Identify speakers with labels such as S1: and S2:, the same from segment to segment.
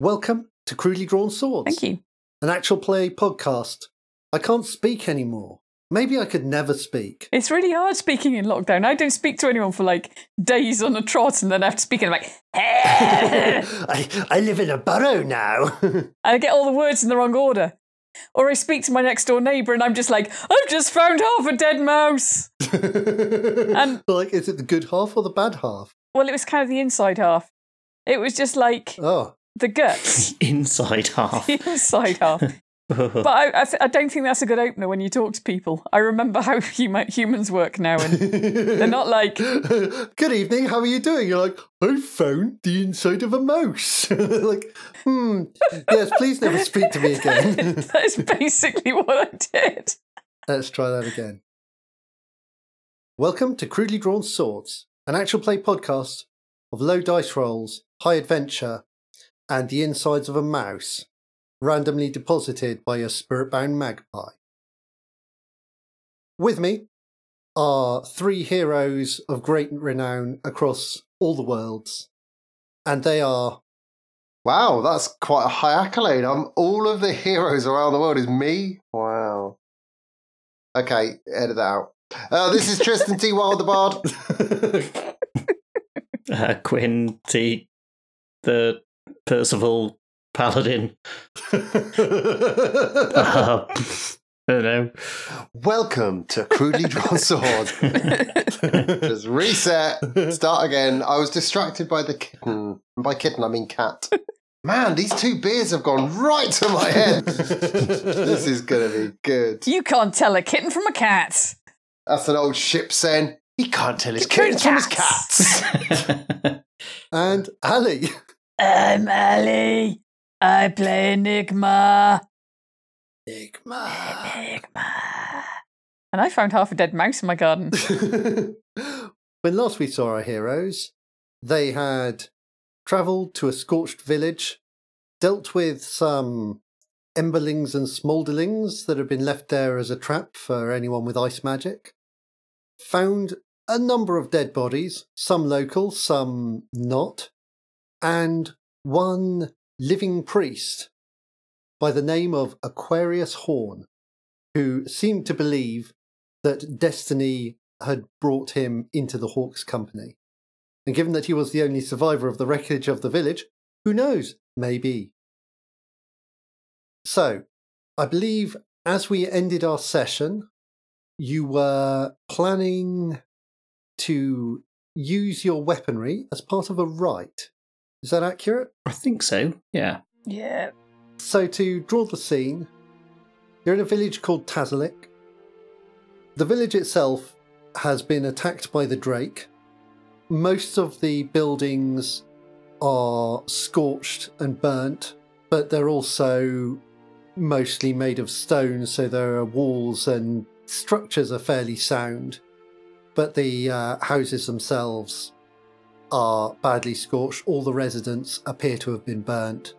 S1: Welcome to Crudely Drawn Swords.
S2: Thank you.
S1: An actual play podcast. I can't speak anymore. Maybe I could never speak.
S2: It's really hard speaking in lockdown. I don't speak to anyone for like days on a trot, and then I have to speak, and I'm like, and
S1: I, I live in a burrow now.
S2: I get all the words in the wrong order. Or I speak to my next door neighbour, and I'm just like, I've just found half a dead mouse.
S1: and like, is it the good half or the bad half?
S2: Well, it was kind of the inside half. It was just like
S1: Oh,
S2: the guts,
S3: Uh, Inside half.
S2: the inside half. But I, I, th- I don't think that's a good opener when you talk to people. I remember how hum- humans work now, and they're
S1: they're
S2: not like,
S1: Good evening. How are you doing? You're like, I found the inside of a mouse. like, hmm. Yes, please never speak to me again.
S2: that's basically what I did.
S1: Let's try that again. Welcome to Crudely Drawn Swords, an actual play podcast of low dice rolls, high adventure, and the insides of a mouse, randomly deposited by a spirit bound magpie. With me are three heroes of great renown across all the worlds, and they are
S4: Wow, that's quite a high accolade. I'm all of the heroes around the world is me. Wow. Okay, edit that out. Uh, this is Tristan T. Wild the Bard.
S3: Uh, Quinn T, the Percival Paladin. Uh, I don't know.
S4: Welcome to Crudely Drawn Sword. Just reset, start again. I was distracted by the kitten. And by kitten, I mean cat. Man, these two beers have gone right to my head. this is going to be good.
S2: You can't tell a kitten from a cat.
S4: That's an old ship saying, he can't tell his
S2: Cocoon
S4: kittens from his
S2: cats."
S4: cats.
S1: and Ali.
S2: I'm Ali. I play Enigma.
S1: Enigma.
S2: Enigma. And I found half a dead mouse in my garden.
S1: when last we saw our heroes, they had travelled to a scorched village, dealt with some emberlings and smoulderlings that had been left there as a trap for anyone with ice magic, found a number of dead bodies, some local, some not, and one living priest by the name of Aquarius Horn, who seemed to believe that destiny had brought him into the Hawks Company. And given that he was the only survivor of the wreckage of the village, who knows? Maybe. So, I believe as we ended our session, you were planning to use your weaponry as part of a rite. Is that accurate?
S3: I think so. Yeah.
S2: yeah.
S1: So, to draw the scene, you're in a village called Tazalik. The village itself has been attacked by the Drake. Most of the buildings are scorched and burnt, but they're also mostly made of stone, so there are walls and structures are fairly sound. But the uh, houses themselves are badly scorched. All the residents appear to have been burnt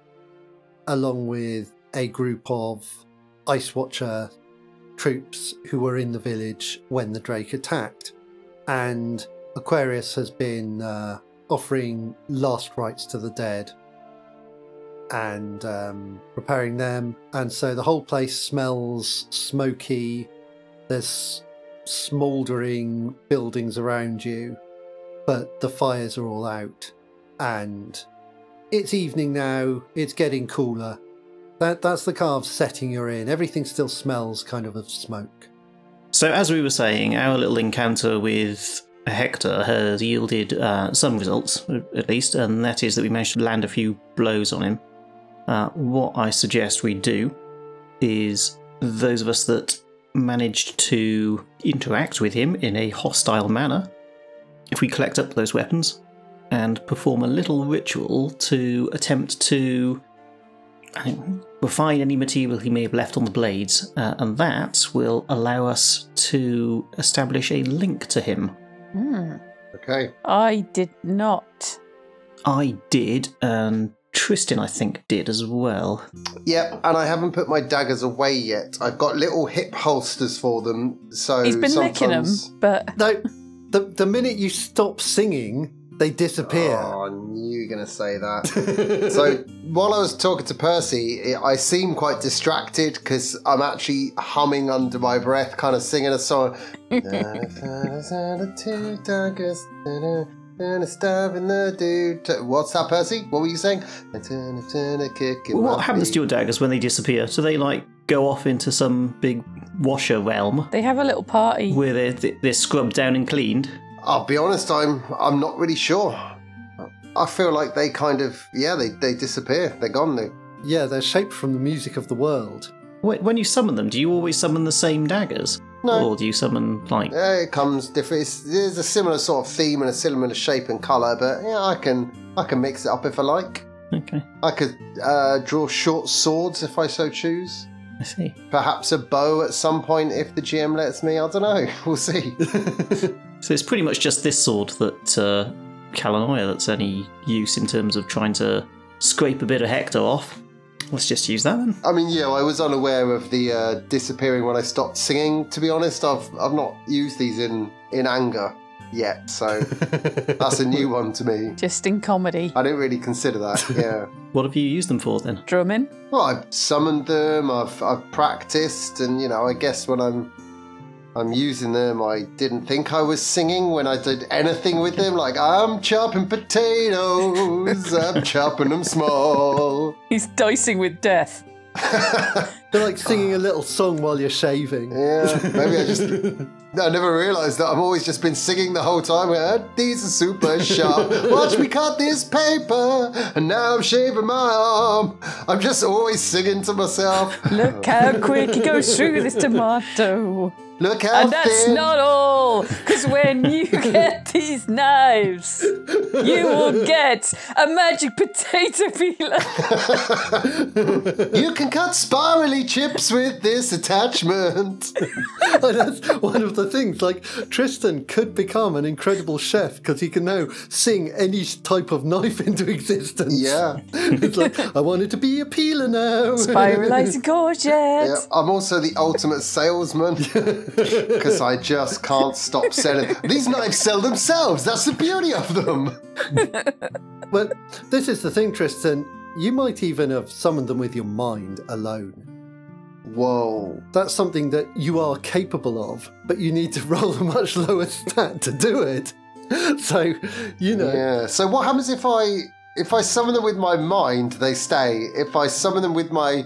S1: along with a group of Ice Watcher troops who were in the village when the Drake attacked. And Aquarius has been uh, offering last rites to the dead and um, preparing them. And so the whole place smells smoky. There's smouldering buildings around you, but the fires are all out. And it's evening now. It's getting cooler. That that's the carve setting you're in. Everything still smells kind of of smoke.
S3: So, as we were saying, our little encounter with Hector has yielded uh, some results, at least, and that is that we managed to land a few blows on him. Uh, what I suggest we do is those of us that managed to interact with him in a hostile manner, if we collect up those weapons and perform a little ritual to attempt to I don't know, refine any material he may have left on the blades, uh, and that will allow us to establish a link to him.
S2: Hmm.
S4: Okay.
S2: I did not.
S3: I did, and Tristan, I think, did as well.
S4: Yep, and I haven't put my daggers away yet. I've got little hip holsters for them, so
S2: He's been licking them,
S4: sometimes-
S2: but
S1: No, the the minute you stop singing, They disappear.
S4: Oh, I knew you were going to say that. so while I was talking to Percy, I I seem quite distracted because I'm actually humming under my breath, kind of singing a song. What's that, Percy? What were you saying?
S3: What happens to your daggers when they disappear? Do they like go off into some big washer realm
S2: They have a little party.
S3: where they're, they're scrubbed down and cleaned?
S4: I'll be honest, I'm I'm not really sure. I feel like they kind of yeah, they, they disappear. They're gone. They
S1: Yeah, they're shaped from the music of the world.
S3: Wh- When you summon them, do you always summon the same daggers?
S4: No.
S3: Or do you summon like
S4: Yeah, it comes different. It's, there's a similar sort of theme and a similar shape and color, but yeah, I can I can mix it up if I like.
S3: okay,
S4: I could uh, draw short swords if I so choose.
S3: I see.
S4: Perhaps a bow at some point if the GM lets me. I don't know. We'll see.
S3: So it's pretty much just this sword that uh Kalanoia that's any use in terms of trying to scrape a bit of Hector off. Let's just use that then.
S4: I mean, yeah, I was unaware of the uh, disappearing when I stopped singing. To be honest, I've I've not used these in in anger yet, so that's a new one to me.
S2: Just in comedy.
S4: I didn't really consider that. Yeah.
S3: What have you used them for then?
S2: Drumming.
S4: Well, I've summoned them. I've I've practiced, and you know, I guess when I'm I'm using them, I didn't think I was singing when I did anything with them. Like I'm chopping potatoes, I'm chopping them small.
S2: He's dicing with death.
S1: They're like singing a little song while you're shaving.
S4: Yeah, maybe I just I never realised that I've always just been singing the whole time. Uh, These are super sharp. Watch me cut this paper, and now I'm shaving my arm. I'm just always singing to myself.
S2: Look how quick he goes through this tomato.
S4: Look how
S2: And that's
S4: thin.
S2: not all, because when you get these knives, you will get a magic potato peeler.
S4: You can cut spirally chips with this attachment.
S1: And that's one of the things. Like Tristan could become an incredible chef because he can now sing any type of knife into existence.
S4: Yeah.
S1: it's like I wanted to be a peeler now.
S2: Spiralizing
S4: Yeah,
S2: courgette.
S4: I'm also the ultimate salesman because I just can't stop selling. These knives sell themselves. That's the beauty of them.
S1: Well, this is the thing, Tristan. You might even have summoned them with your mind alone.
S4: Whoa.
S1: That's something that you are capable of, but you need to roll a much lower stat to do it. So, you know,
S4: Yeah. So what happens if I if I summon them with my mind, they stay. If I summon them with my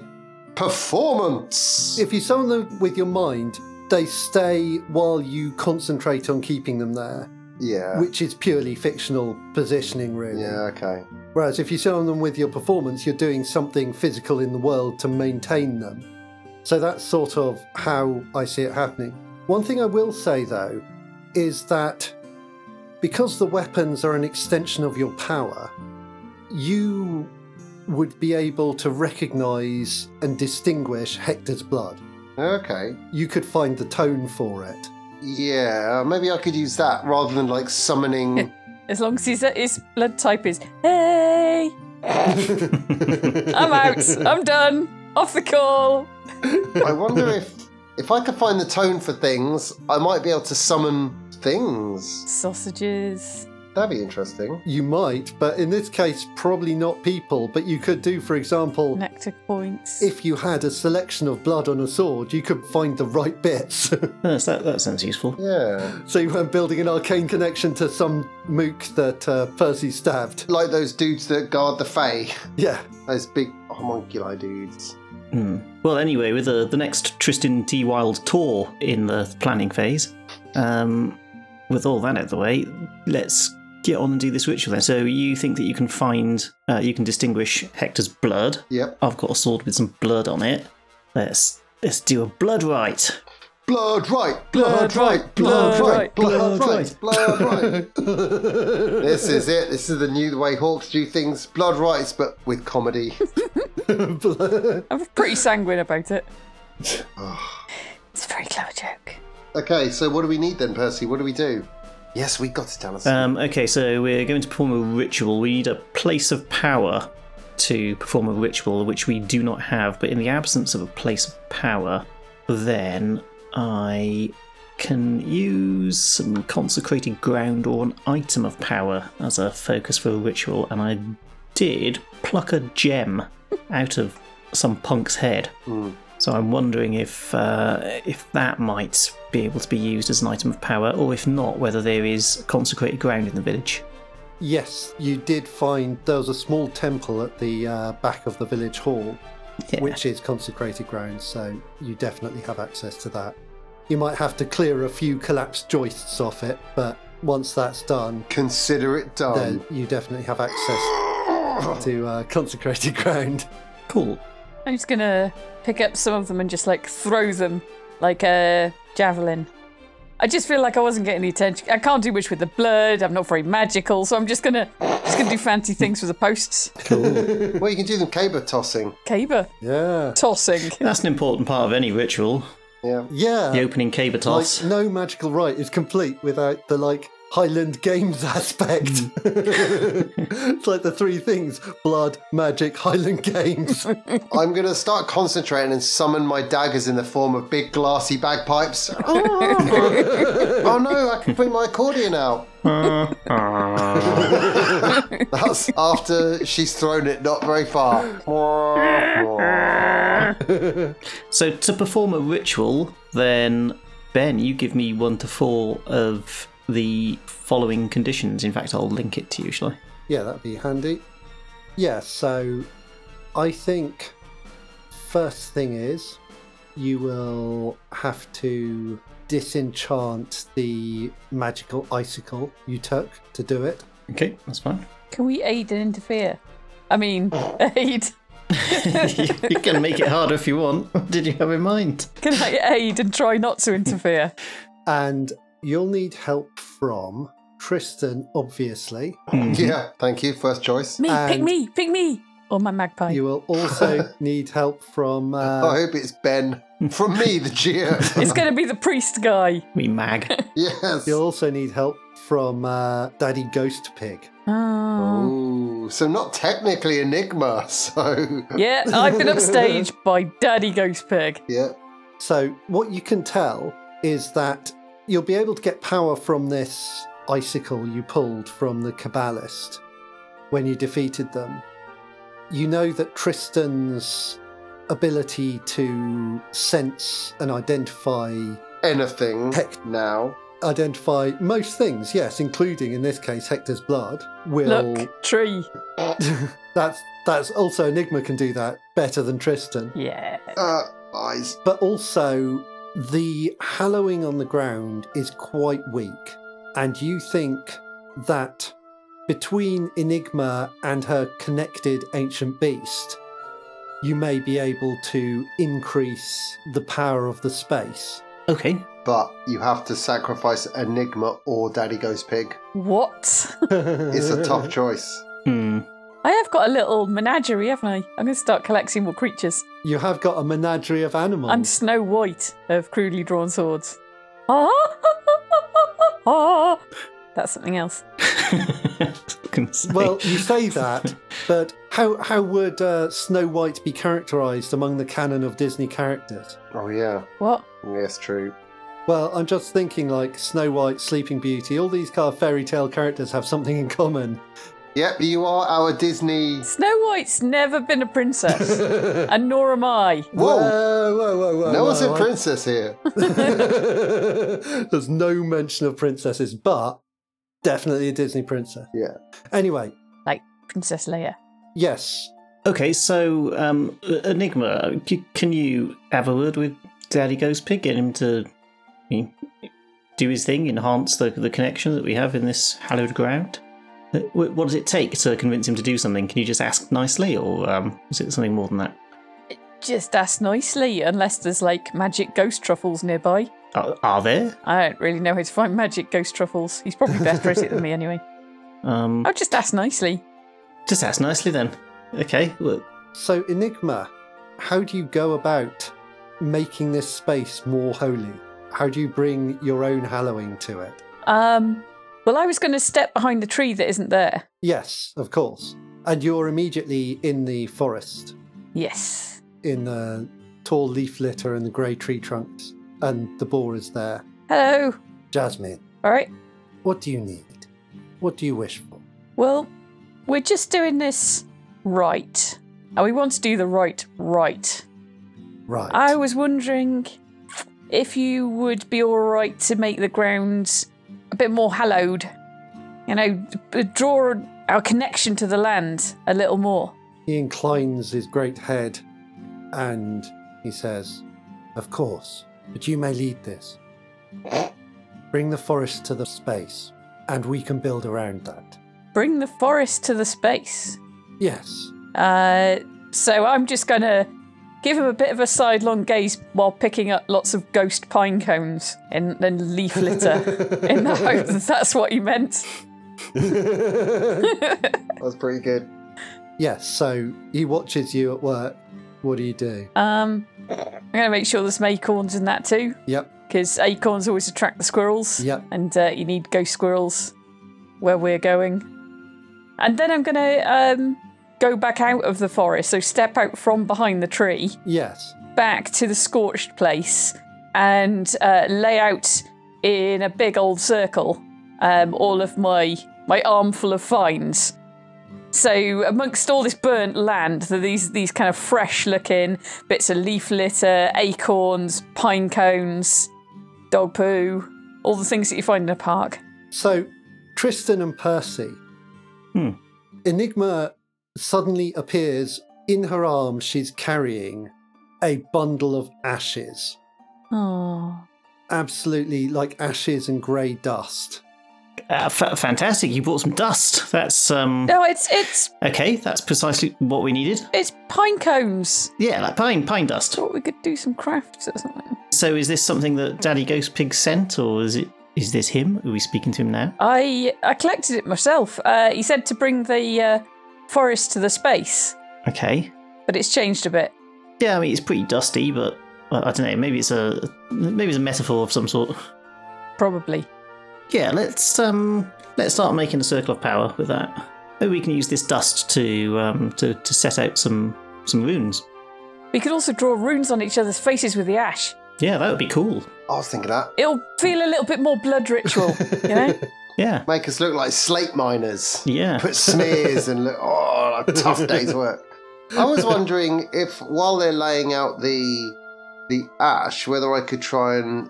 S4: performance,
S1: if you summon them with your mind, they stay while you concentrate on keeping them there,
S4: yeah.
S1: which is purely fictional positioning, really.
S4: yeah, okay.
S1: Whereas if you summon them with your performance, you're doing something physical in the world to maintain them. So that's sort of how I see it happening. One thing I will say though is that because the weapons are an extension of your power, you would be able to recognize and distinguish Hector's blood.
S4: Okay.
S1: You could find the tone for it.
S4: Yeah, maybe I could use that rather than like summoning
S2: As long as he's, his blood type is, hey, I'm out, I'm done, off the call.
S4: I wonder if if I could find the tone for things, I might be able to summon things.
S2: Sausages.
S4: That'd be interesting.
S1: You might, but in this case, probably not people. But you could do, for example,
S2: Nectar points.
S1: if you had a selection of blood on a sword, you could find the right bits.
S3: Yes, Oh, that that sounds useful.
S4: Yeah.
S1: so you weren't building an arcane connection to some mook that uh, Percy stabbed.
S4: Like those dudes that guard the Fae.
S1: Yeah.
S4: Those big homunculi dudes.
S3: Hmm. Well, anyway, with uh, the, the next Tristan T. Wild tour in the planning phase, um, with all that out of the way, let's get on and do this ritual then. So you think that you can find, uh, you can distinguish Hector's blood.
S4: Yep.
S3: I've got a sword with some blood on it. Let's let's do a blood rite.
S4: Blood right, blood right, blood right, blood right, blood right. This is it. This is the new way Hawks do things. Blood rights, but with comedy.
S2: I'm pretty sanguine about it. it's a very clever joke.
S4: Okay, so what do we need then, Percy? What do we do? Yes, we got to tell us.
S3: Um, okay, so we're going to perform a ritual. We need a place of power to perform a ritual, which we do not have. But in the absence of a place of power, then I can use some consecrated ground or an item of power as a focus for a ritual, and I did pluck a gem out of some punk's head. So I'm wondering if uh, if that might be able to be used as an item of power, or if not, whether there is consecrated ground in the village.
S1: Yes, you did find there was a small temple at the uh, back of the village hall,
S3: Yeah.
S1: which is consecrated ground, so you definitely have access to that. You might have to clear a few collapsed joists off it, but once that's done,
S4: Consider it
S1: then
S4: done.
S1: you definitely have access to uh, consecrated ground.
S3: Cool.
S2: I'm just gonna pick up some of them and just like throw them like a javelin. I just feel like I wasn't getting the attention. I can't do much with the blood. I'm not very magical, so I'm just gonna just gonna do fancy things with the posts.
S4: well, you can do them caber tossing.
S2: Caber
S1: Yeah.
S2: tossing.
S3: That's an important part of any ritual.
S4: Yeah.
S1: Yeah.
S3: The opening caber toss.
S1: Like, no magical rite is complete without the like Highland Games aspect. it's like the three things blood, magic, Highland Games.
S4: I'm going to start concentrating and summon my daggers in the form of big glassy bagpipes. oh no, I can bring my accordion out. That's after she's thrown it not very far.
S3: So to perform a ritual, then Ben, you give me one to four of the following conditions. In fact, I'll link it to you, shall I?
S1: yeah, that'd be handy. Yeah, so I think first thing is you will have to disenchant the magical icicle you took to do it.
S3: Okay, that's fine.
S2: Can we aid and interfere? I mean, aid.
S3: you can make it harder if you want. What did you have in mind?
S2: Can I aid and try not to interfere?
S1: And you'll need help from Tristan, obviously.
S4: yeah, thank you. First choice.
S2: Me, pick
S1: And-
S2: me, pick me, or my magpie.
S1: You will also need help from.
S4: I
S1: Uh,
S4: hope it's Ben. From me, the GM.
S2: It's gonna be the priest guy.
S3: We mag.
S4: Yes.
S1: you'll also need help from uh, Daddy Ghost Pig.
S2: Oh.
S4: Ooh, so not technically Enigma, so
S2: Yeah, I've been upstaged by Daddy Ghost Pig.
S4: yeah.
S1: So what you can tell is that you'll be able to get power from this icicle you pulled from the Kabbalist when you defeated them. You know that Tristan's ability to sense and identify
S4: Anything
S1: Heck.
S4: now.
S1: identify most things, yes, including in this case Hector's blood. Will
S2: Look, tree.
S1: that's that's also Enigma can do that better than Tristan.
S2: Yeah.
S4: Uh, eyes.
S1: But also the hallowing on the ground is quite weak, and you think that between Enigma and her connected ancient beast, you may be able to increase the power of the space.
S3: Okay.
S4: But you have to sacrifice Enigma or Daddy Goes Pig.
S2: What?
S4: It's a tough choice.
S3: Hmm.
S2: I have got a little menagerie, haven't I? I'm going to start collecting more creatures.
S1: You have got a menagerie of animals.
S2: I'm Snow White of crudely drawn swords. Ah, That's something else.
S3: Can say.
S1: Well, you say that, but how how would uh, Snow White be characterised among the canon of Disney characters?
S4: Oh yeah,
S2: What?
S4: yes, true.
S1: Well, I'm just thinking like Snow White, Sleeping Beauty, all these kind of fairy tale characters have something in common.
S4: Yep, you are our Disney.
S2: Snow White's never been a princess, and nor am I.
S4: Whoa.
S1: whoa, whoa, whoa, whoa!
S4: no one's
S1: whoa,
S4: a
S1: whoa.
S4: princess here.
S1: There's no mention of princesses, but definitely a Disney princess.
S4: Yeah.
S1: Anyway,
S2: Like Princess Leia.
S1: yes,
S3: okay, so um, Enigma, c- can you have a word with Daddy Ghost Pig? Get him to I mean, do his thing, enhance the, the connection that we have in this hallowed ground? Uh, wh- What does it take to convince him to do something? Can you just ask nicely, or um, is it something more than that?
S2: Just ask nicely, unless there's like magic ghost truffles nearby.
S3: Are, Uh, are there?
S2: I don't really know how to find magic ghost truffles. He's probably better at it than me anyway.
S3: Um,
S2: I'll just ask nicely.
S3: just ask nicely then. Okay. Well,
S1: So, Enigma, how do you go about making this space more holy? How do you bring your own hallowing to it?
S2: Um, well, I was going to step behind the tree that isn't there.
S1: Yes, of course. And you're immediately in the forest,
S2: Yes.
S1: in the tall leaf litter and the grey tree trunks, and the boar is there.
S2: Hello.
S1: Jasmine,
S2: All right.
S1: what do you need? What do you wish for?
S2: Well, we're just doing this right. And we want to do the right right.
S1: Right.
S2: I was wondering if you would be all right to make the grounds a bit more hallowed. You know, b- draw our connection to the land a little more.
S1: He inclines his great head and he says, Of course, but you may lead this. Bring the forest to the space, and we can build around that.
S2: Bring the forest to the space.
S1: Yes,
S2: Uh, so I'm just gonna give him a bit of a sidelong gaze while picking up lots of ghost pine cones and then leaf litter in the hope that that's what he meant.
S4: That's pretty good.
S1: yes, so he watches you at work. What do you do?
S2: Um, I'm gonna make sure there's some acorns in that too,
S1: Yep,
S2: because acorns always attract the squirrels.
S1: Yep.
S2: And uh, you need ghost squirrels where we're going. And then I'm gonna um, go back out of the forest, so step out from behind the tree.
S1: yes,
S2: back to the scorched place and uh, lay out in a big old circle um, all of my my armful of finds. So amongst all this burnt land, there are these these kind of fresh looking bits of leaf litter, acorns, pine cones, dog poo, all the things that you find in a park.
S1: So, Tristan and Percy.
S3: Hmm.
S1: Enigma suddenly appears. In her arms, she's carrying a bundle of ashes.
S2: Oh,
S1: Absolutely like ashes and grey dust.
S3: Uh, fa- fantastic! You brought some dust. That's um
S2: no, it's it's
S3: okay. That's precisely what we needed.
S2: it's pine cones.
S3: Yeah, like pine pine dust.
S2: Thought we could do some crafts or something.
S3: So is this something that Daddy Ghost Pig sent, or is it is this him? Are we speaking to him now?
S2: I I collected it myself. Uh, he said to bring the uh, forest to the space,
S3: Okay.
S2: but it's changed a bit.
S3: Yeah, I mean it's pretty dusty, but well, I don't know. Maybe it's a maybe it's a metaphor of some sort.
S2: Probably.
S3: Yeah, let's um let's start making a circle of power with that. Maybe we can use this dust to um to, to set out some some runes.
S2: We could also draw runes on each other's faces with the ash.
S3: Yeah, that would be cool.
S4: I was thinking that.
S2: It'll feel a little bit more blood ritual, you know?
S3: Yeah,
S4: Make us look like slate miners.
S3: yeah.
S4: Put smears and look, oh, like tough day's work. I was wondering if while they're laying out the the ash, whether I could try and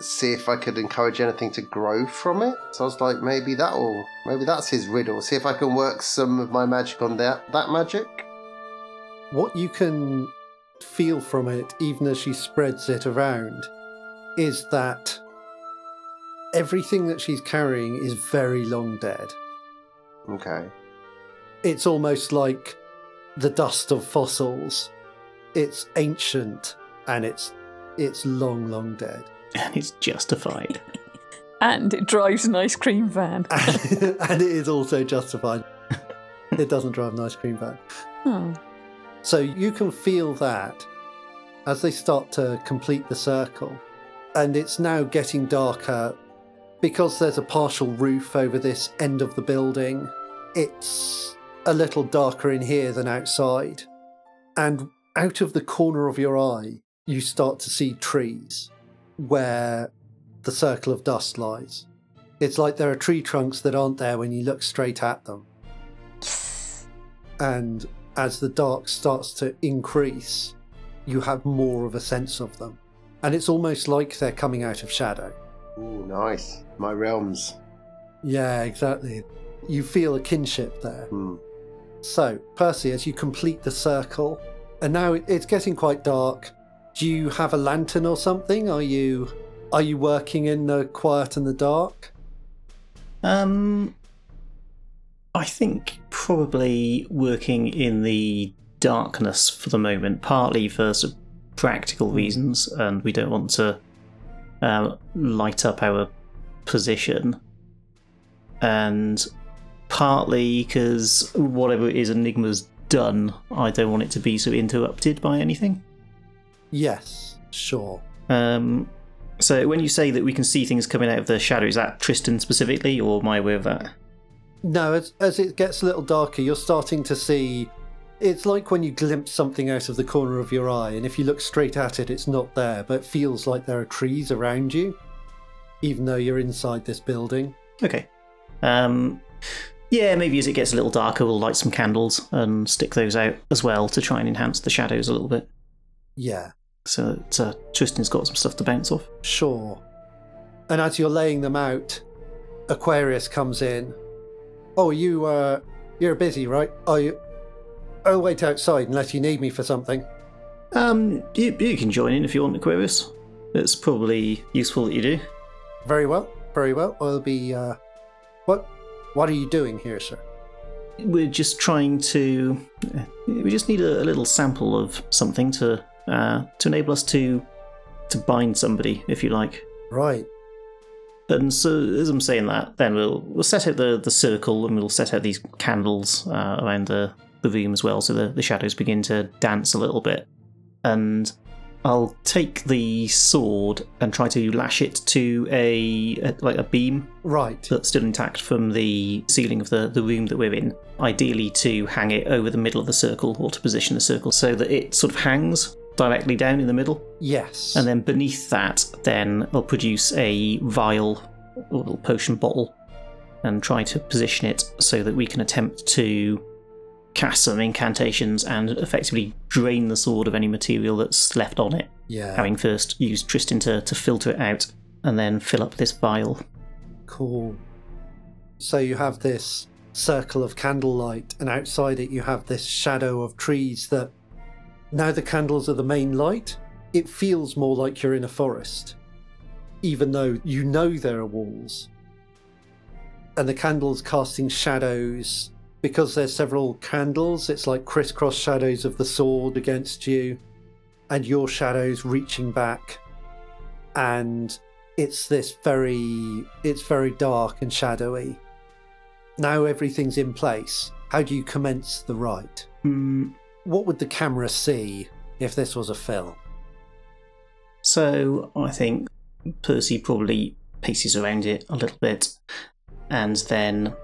S4: see if I could encourage anything to grow from it. So I was like, maybe that'll, maybe that's his riddle. See if I can work some of my magic on that that magic.
S1: What you can feel from it, even as she spreads it around, is that everything that she's carrying is very long dead.
S4: Okay.
S1: It's almost like the dust of fossils. It's ancient and it's it's long, long dead.
S3: And it's justified.
S2: and it drives an ice cream van.
S1: And, and it is also justified. It doesn't drive an ice cream van.
S2: Hmm.
S1: So you can feel that as they start to complete the circle. And it's now getting darker because there's a partial roof over this end of the building. It's a little darker in here than outside. And out of the corner of your eye, you start to see trees where the circle of dust lies. It's like there are tree trunks that aren't there when you look straight at them and as the dark starts to increase, you have more of a sense of them. And it's almost like they're coming out of shadow.
S4: Ooh, nice. My realms.
S1: Yeah, exactly. You feel a kinship there.
S4: Hmm.
S1: So, Percy, as you complete the circle, and now it- it's getting quite dark, do you have a lantern or something? Are you are you working in the quiet and the dark?
S3: Um, I think probably working in the darkness for the moment, partly for sort of practical reasons, and we don't want to um, light up our position, and partly because whatever it is Enigma's done, I don't want it to be so interrupted by anything.
S1: Yes, sure.
S3: Um, so when you say that we can see things coming out of the shadow, is that Tristan specifically, or am I aware of that?
S1: No, as, as it gets a little darker, you're starting to see. It's like when you glimpse something out of the corner of your eye, and if you look straight at it, it's not there, but it feels like there are trees around you. even though you're inside this building.
S3: Okay. Um, yeah, maybe as it gets a little darker, we'll light some candles and stick those out as well to try and enhance the shadows a little bit.
S1: Yeah,
S3: So that uh, Tristan's got some stuff to bounce off.
S1: sure. And as you're laying them out, Aquarius comes in. Oh, you, uh, you're busy, right? Oh, you, I'll wait outside unless you need me for something.
S3: Um, you, you can join in if you want, Aquarius. It's probably useful that you do.
S1: Very well, very well. I'll be. Uh, what, what are you doing here, sir?
S3: We're just trying to. uh, We just need a, a little sample of something to uh, to enable us to to bind somebody, if you like.
S1: Right.
S3: And so, as I'm saying that, then we'll we'll set out the, the circle and we'll set out these candles uh, around the, the room as well, so the, the shadows begin to dance a little bit. And I'll take the sword and try to lash it to a, a like a beam
S1: Right.
S3: that's still intact from the ceiling of the, the room that we're in. Ideally, to hang it over the middle of the circle or to position the circle so that it sort of hangs directly down in the middle.
S1: Yes.
S3: And then beneath that, then I'll produce a vial or little potion bottle and try to position it so that we can attempt to cast some incantations and effectively drain the sword of any material that's left on it.
S1: yeah.
S3: Having first used Tristan to, to filter it out and then fill up this vial.
S1: Cool. So you have this circle of candlelight, and outside it, you have this shadow of trees that now the candles are the main light. It feels more like you're in a forest, even though you know there are walls. And the candles casting shadows, because there's several candles, it's like crisscross shadows of the sword against you, and your shadows reaching back. And it's this very it's very dark and shadowy now everything's in place how do you commence the rite
S3: Hmm.
S1: what would the camera see if this was a film
S3: So I think Percy probably paces around it a little bit and then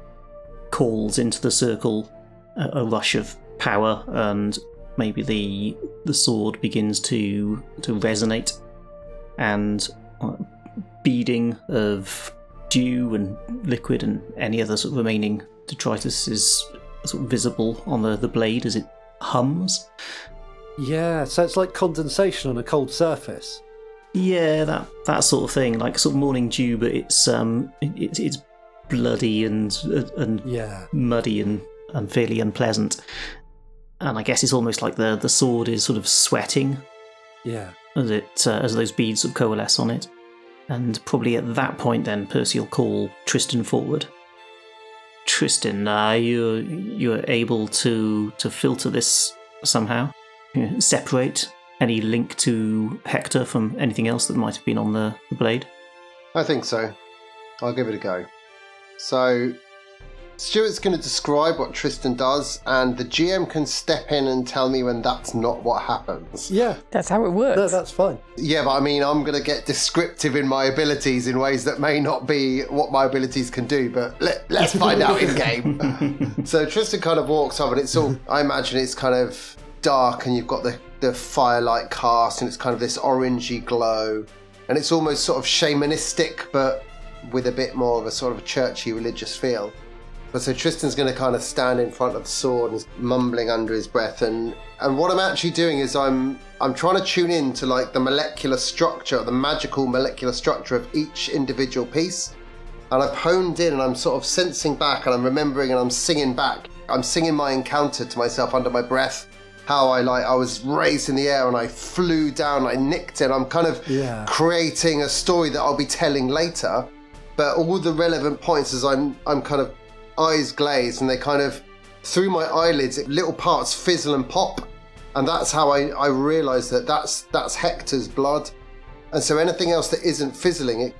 S3: calls into the circle a, a rush of power and maybe the the sword begins to to resonate and uh, beading of dew and liquid and any other sort of remaining detritus is sort of visible on the, the blade as it hums.
S1: yeah so it's like condensation on a cold surface
S3: Yeah, that that sort of thing, like sort of morning dew, but it's um, it's it's bloody and uh, and
S1: yeah
S3: muddy and and fairly unpleasant. And I guess it's almost like the the sword is sort of sweating
S1: yeah
S3: as it uh, as those beads sort of coalesce on it. And probably at that point, then Percy will call Tristan forward. Tristan, uh, you you're able to to filter this somehow, Yeah, separate any link to Hector from anything else that might have been on the, the blade.
S4: I think so. I'll give it a go. So, Stuart's going to describe what Tristan does, and the GM can step in and tell me when that's not what happens.
S1: yeah
S2: That's how it works.
S1: no, that's fine
S4: Yeah, but I mean, I'm going to get descriptive in my abilities in ways that may not be what my abilities can do, but let, let's find out in game. so Tristan kind of walks up, and it's all, I imagine it's kind of dark, and you've got the, the firelight cast, and it's kind of this orangey glow, and it's almost sort of shamanistic, but with a bit more of a sort of churchy religious feel. But so Tristan's going to kind of stand in front of the sword and mumbling under his breath, and and what I'm actually doing is I'm I'm trying to tune in to like the molecular structure, the magical molecular structure of each individual piece, and I've honed in and I'm sort of sensing back and I'm remembering and I'm singing back. I'm singing my encounter to myself under my breath. How I like I was raised in the air and I flew down, I nicked it. I'm kind of
S1: Yeah.
S4: creating a story that I'll be telling later. But all the relevant points as I'm I'm kind of eyes glazed and they kind of through my eyelids little parts fizzle and pop. And that's how I, I realised that that's that's Hector's blood. And so anything else that isn't fizzling, it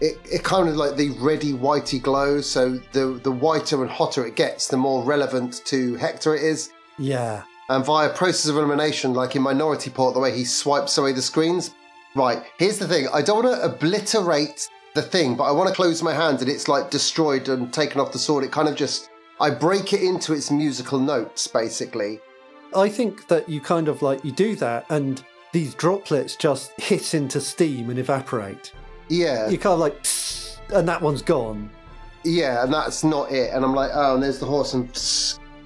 S4: it, it kind of like the ready whitey glow. So the the whiter and hotter it gets, the more relevant to Hector it is.
S1: yeah
S4: And via process of elimination, like in Minority Port, the way he swipes away the screens. Right, here's the thing. I don't want to obliterate the thing, but I want to close my hand and it's like destroyed and taken off the sword. It kind of just I break it into its musical notes, basically.
S1: i think that you kind of like you do that and these droplets just hit into steam and evaporate
S4: Yeah,
S1: you kind of like, and that one's gone.
S4: yeah, and that's not it. And I'm like, oh, and there's the horse. And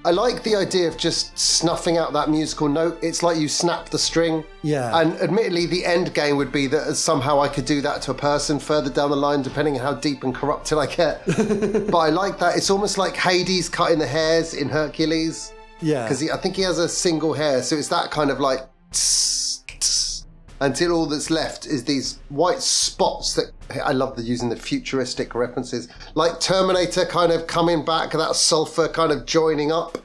S4: I like the idea of just snuffing out that musical note. It's like you snap the string.
S1: Yeah.
S4: And admittedly, the end game would be that somehow I could do that to a person further down the line, depending on how deep and corrupted I get. but I like that. It's almost like Hades cutting the hairs in Hercules,
S1: yeah.
S4: because I think he has a single hair. So it's that kind of like tss, tss, until all that's left is these white spots that I love the using the futuristic references, like Terminator kind of coming back, that sulfur kind of joining up.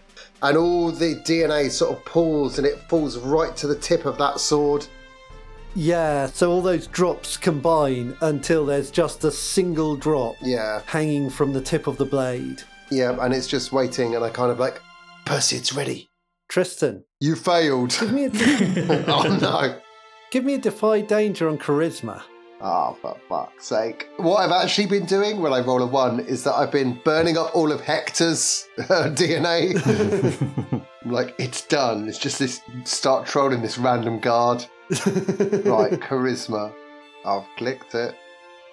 S4: And all the DNA sort of pulls and it falls right to the tip of that sword.
S1: yeah. So all those drops combine until there's just a single drop
S4: Yeah,
S1: hanging from the tip of the blade.
S4: yeah, and it's just waiting, and I kind of like, Percy, it's ready.
S1: Tristan,
S4: You failed.
S1: give me a, de-
S4: oh no.
S1: give me a defy danger on charisma.
S4: Oh, for fuck's sake. What I've actually been doing when I roll a one is that I've been burning up all of Hector's uh, DNA. I'm like, it's done. It's just this start trolling this random guard. right, charisma. I've clicked it.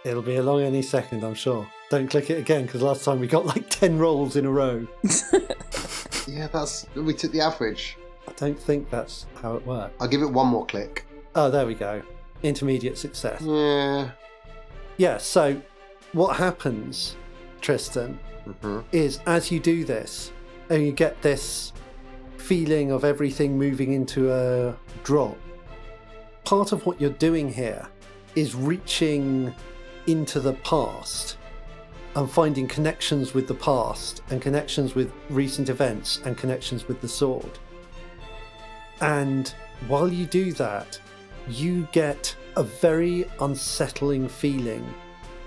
S1: It'll be along any second, I'm sure. Don't click it again because last time we got like ten rolls in a row.
S4: Yeah, that's. We took the average.
S1: I don't think that's how it works.
S4: I'll give it one more click.
S1: Oh, there we go. Intermediate success.
S4: Yeah.
S1: Yeah, so what happens, Tristan,
S4: Mhm.
S1: is as you do this, and you get this feeling of everything moving into a drop, part of what you're doing here is reaching into the past and finding connections with the past and connections with recent events and connections with the sword. And while you do that, you get a very unsettling feeling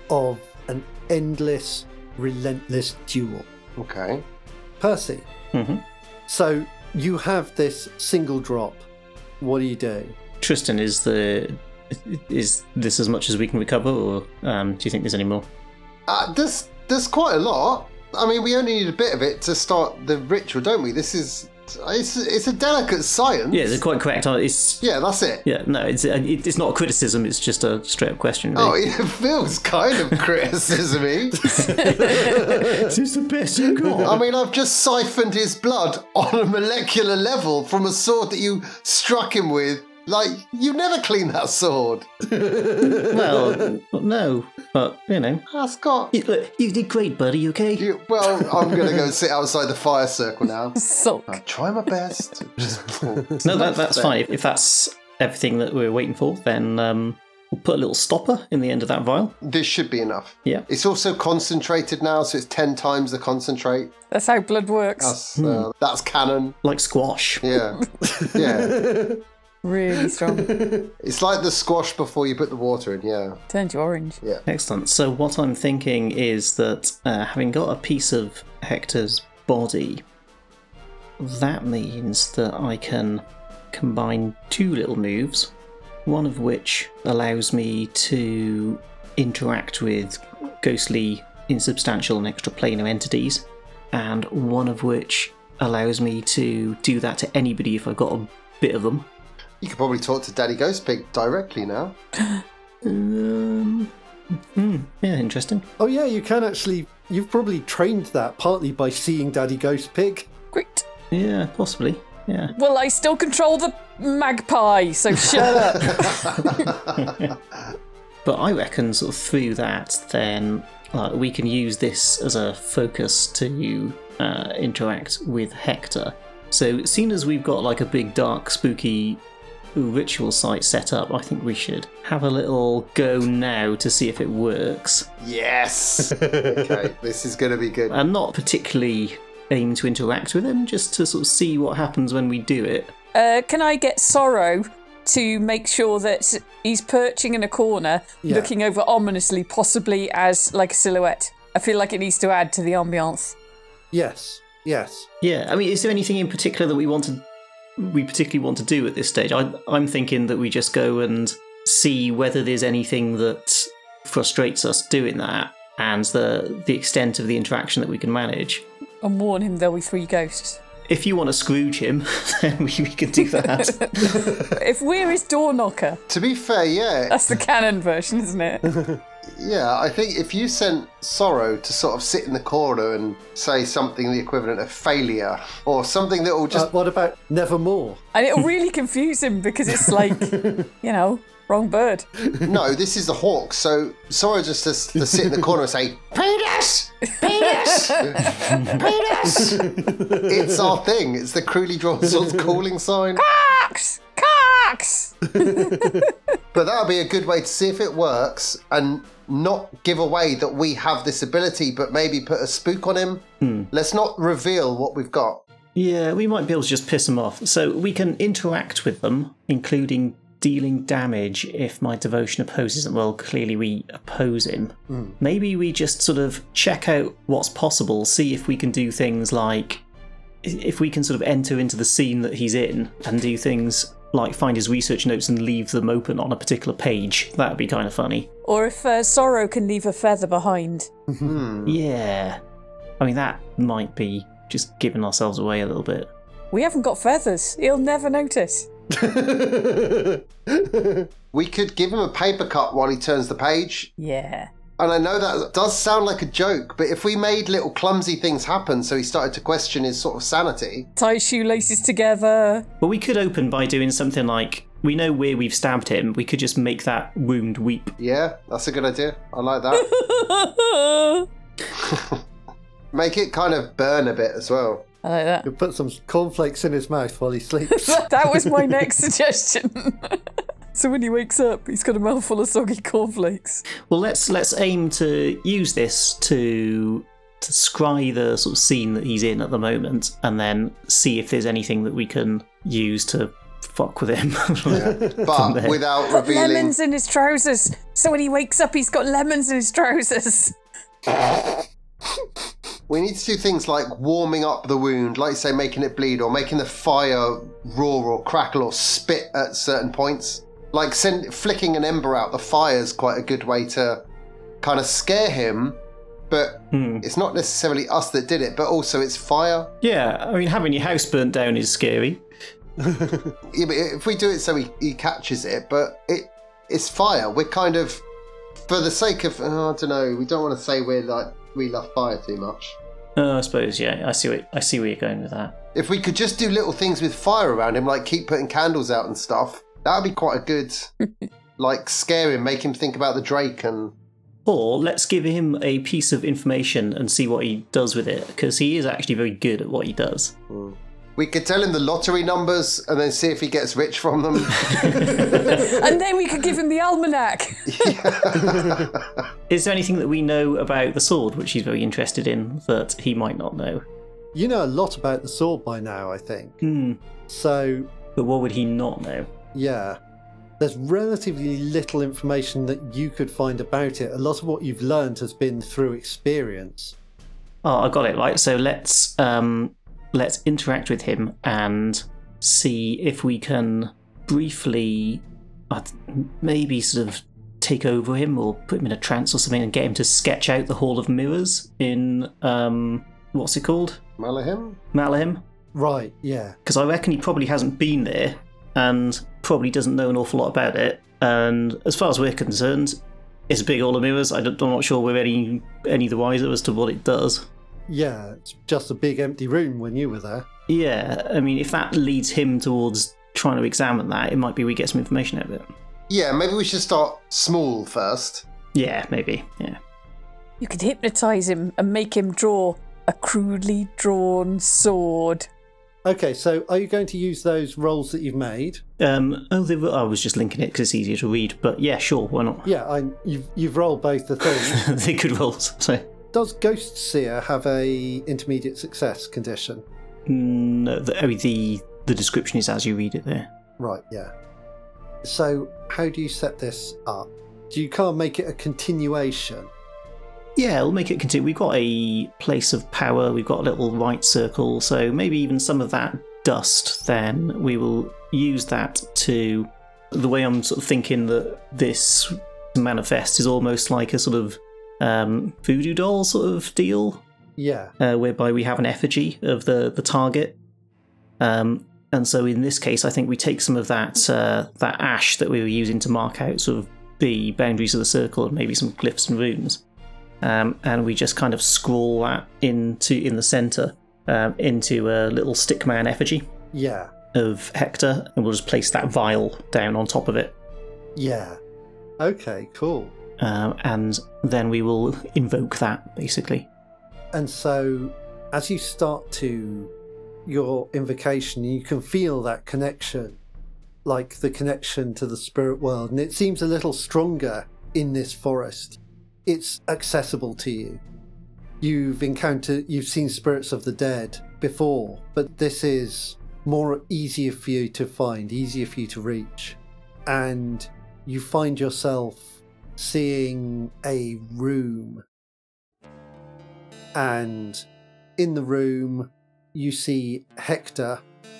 S1: of an endless, relentless duel.
S4: Okay.
S1: Percy,
S3: hmm
S1: so you have this single drop. What do you do?
S3: Tristan, is the is this as much as we can recover, or um, do you think there's any more?
S4: Uh, there's there's quite a lot. I mean, we only need a bit of it to start the ritual, don't we? This is it's it's a delicate science.
S3: Yeah, it's quite correct. uh, It's
S4: Yeah, that's it.
S3: yeah, no, it's uh, it- it's not a criticism. It's just a straight up question.
S4: Oh,
S3: Really.
S4: it feels kind of criticism
S3: is this the best you got?
S4: I mean, I've just siphoned his blood on a molecular level from a sword that you struck him with. Like, you never clean that sword.
S3: well, no, but you know,
S4: That's got.
S3: you, look, you did great, buddy. you Okay.
S4: Ah, You, well, I'm going to go sit outside the fire circle now.
S2: Sulk.
S4: I'll try my best. Just-
S3: no, that, that's fine. If, if that's everything that we're waiting for, then um, we'll put a little stopper in the end of that vial.
S4: This should be enough.
S3: Yeah.
S4: It's also concentrated now, so it's 10 times the concentrate.
S2: That's how blood works.
S4: That's, uh, that's canon.
S3: Like squash.
S4: Yeah. yeah.
S2: Really strong.
S4: It's like the squash before you put the water in, yeah.
S2: Turned you orange.
S3: Excellent. So, what I'm thinking is that uh, having got a piece of Hector's body, that means that I can combine two little moves, one of which allows me to interact with ghostly, insubstantial, and extraplanar entities, and one of which allows me to do that to anybody if I've got a bit of them.
S4: You could probably talk to Daddy Ghost Pig directly now.
S3: Um, hmm, yeah, interesting.
S1: Oh, yeah, you can actually. You've probably trained that partly by seeing Daddy Ghost Pig.
S2: Great.
S3: Yeah, possibly. Yeah.
S2: Well, I still control the magpie, so shut up.
S3: But I reckon, sort of through that, then uh, we can use this as a focus to uh, interact with Hector. So, seeing as we've got like a big, dark, spooky ritual site set up, I think we should have a little go now to see if it works.
S4: Yes. okay, this is going to be good.
S3: And not particularly aim to interact with him, just to sort of see what happens when we do it.
S2: Uh, can I get Sorrow to make sure that he's perching in a corner,
S1: Yeah.
S2: looking over ominously, possibly as like a silhouette? I feel like it needs to add to the ambiance.
S1: Yes, yes.
S3: Yeah, I mean, is there anything in particular that we want to we particularly want to do at this stage? I, I'm thinking that we just go and see whether there's anything that frustrates us doing that, and the the extent of the interaction that we can manage.
S2: And warn him there'll be three ghosts.
S3: if you want to scrooge him, then we, we can do that.
S2: If we're his door knocker,
S4: To be fair, yeah,
S2: that's the canon version, isn't it?
S4: yeah. I think if you sent Sorrow to sort of sit in the corner and say something the equivalent of failure or something that will
S1: Uh,
S4: just
S1: what about Nevermore?
S2: And it'll really confuse him because it's like, you know, wrong bird.
S4: No, this is the hawk. So Sora just has to sit in the corner and say, "Penis, penis, penis." it's our thing. It's the crudely drawn swords calling sign.
S2: Cox! Cox!
S4: But that would be a good way to see if it works and not give away that we have this ability, but maybe put a spook on him. Let's not reveal what we've got.
S3: yeah, we might be able to just piss him off. So we can interact with them, including dealing damage if my devotion opposes them. Well, clearly we oppose him. Maybe we just sort of check out what's possible, see if we can do things like. If we can sort of enter into the scene that he's in and do things like find his research notes and leave them open on a particular page, that would be kind of funny.
S2: Or if uh, Sorrow can leave a feather behind.
S3: Yeah. I mean, that might be just giving ourselves away a little bit.
S2: We haven't got feathers. He'll never notice.
S4: We could give him a paper cut while he turns the page.
S2: Yeah.
S4: And I know that does sound like a joke, but if we made little clumsy things happen so he started to question his sort of sanity,
S2: Tie shoelaces together.
S3: But we could open by doing something like we know where we've stabbed him, we could just make that wound weep.
S4: Yeah, that's a good idea. I like that.
S2: I
S4: Make it kind of burn a bit as well.
S2: like that.
S1: You put some cornflakes in his mouth while he sleeps.
S2: That was my next suggestion. so when he wakes up, he's got a mouthful of soggy cornflakes.
S3: Well, let's let's aim to use this to to scry the sort of scene that he's in at the moment, and then see if there's anything that we can use to fuck with him.
S4: But without
S2: Put
S4: revealing.
S2: lemons in his trousers. So when he wakes up, he's got lemons in his trousers.
S4: We need to do things like warming up the wound, like say making it bleed or making the fire roar or crackle or spit at certain points. Like send, flicking an ember out the fire is quite a good way to kind of scare him, but
S3: Hmm.
S4: it's not necessarily us that did it, but also it's fire.
S3: yeah, I mean, having your house burnt down is scary.
S4: Yeah, but if we do it so he, he catches it, but it it's fire. We're kind of for the sake of oh, I don't know. We don't want to say we're like we love fire too much.
S3: Oh, I suppose, yeah. I see what I see where you're going with that.
S4: If we could just do little things with fire around him, like keep putting candles out and stuff, that would be quite a good like scare him, make him think about the Drake and
S3: Or let's give him a piece of information and see what he does with it, because he is actually very good at what he does.
S4: we could tell him the lottery numbers and then see if he gets rich from them.
S2: And then we could give him the almanac.
S3: Is there anything that we know about the sword which he's very interested in that he might not know?
S1: you know a lot about the sword by now, I think.
S3: Hmm.
S1: So,
S3: But what would he not know?
S1: yeah. There's relatively little information that you could find about it. A lot of what you've learned has been through experience.
S3: Oh, I got it right. So let's um, let's interact with him and see if we can briefly, uh, maybe sort of take over him or put him in a trance or something and get him to sketch out the Hall of Mirrors in um, what's it called?
S4: Malahim?
S3: Malahim.
S1: Right, yeah.
S3: because I reckon he probably hasn't been there and probably doesn't know an awful lot about it. And as far as we're concerned, it's a big all of mirrors. I don't, I'm not sure we're any any the wiser as to what it does.
S1: Yeah, it's just a big empty room when you were there.
S3: Yeah, I mean, if that leads him towards trying to examine that, it might be we get some information out of it.
S4: Yeah, maybe we should start small first.
S3: Yeah, maybe. Yeah.
S2: You could hypnotize him and make him draw a crudely drawn sword.
S1: Okay, so are you going to use those rolls that you've made?
S3: Um, oh, they were, I was just linking it because it's easier to read. But yeah, sure, why not?
S1: Yeah, I, you've, you've rolled both the things.
S3: they could roll. So
S1: Does Ghost Seer have a intermediate success condition?
S3: mm, no, the, I mean, the the description is as you read it there.
S1: Right, yeah. So, how do you set this up? Do you can't make it a continuation?
S3: Yeah, we'll make it continue. We've got a place of power, we've got a little white circle, so maybe even some of that dust, then we will use that to. The way I'm sort of thinking that this manifest is almost like a sort of um, voodoo doll sort of deal,
S1: Yeah,
S3: uh, whereby we have an effigy of the, the target Um, and so in this case, I think we take some of that uh, that ash that we were using to mark out sort of the boundaries of the circle and maybe some glyphs and runes, um, and we just kind of scrawl that into in the centre um, into a little stickman effigy
S1: Yeah,
S3: of Hector, and we'll just place that vial down on top of it.
S1: yeah. Okay, cool.
S3: um, and then we will invoke that basically.
S1: And so, as you start to your invocation, you can feel that connection, like the connection to the spirit world. And it seems a little stronger in this forest. It's accessible to you. You've encountered, you've seen spirits of the dead before, but this is more easier for you to find, easier for you to reach. And you find yourself seeing a room and in the room you see Hector.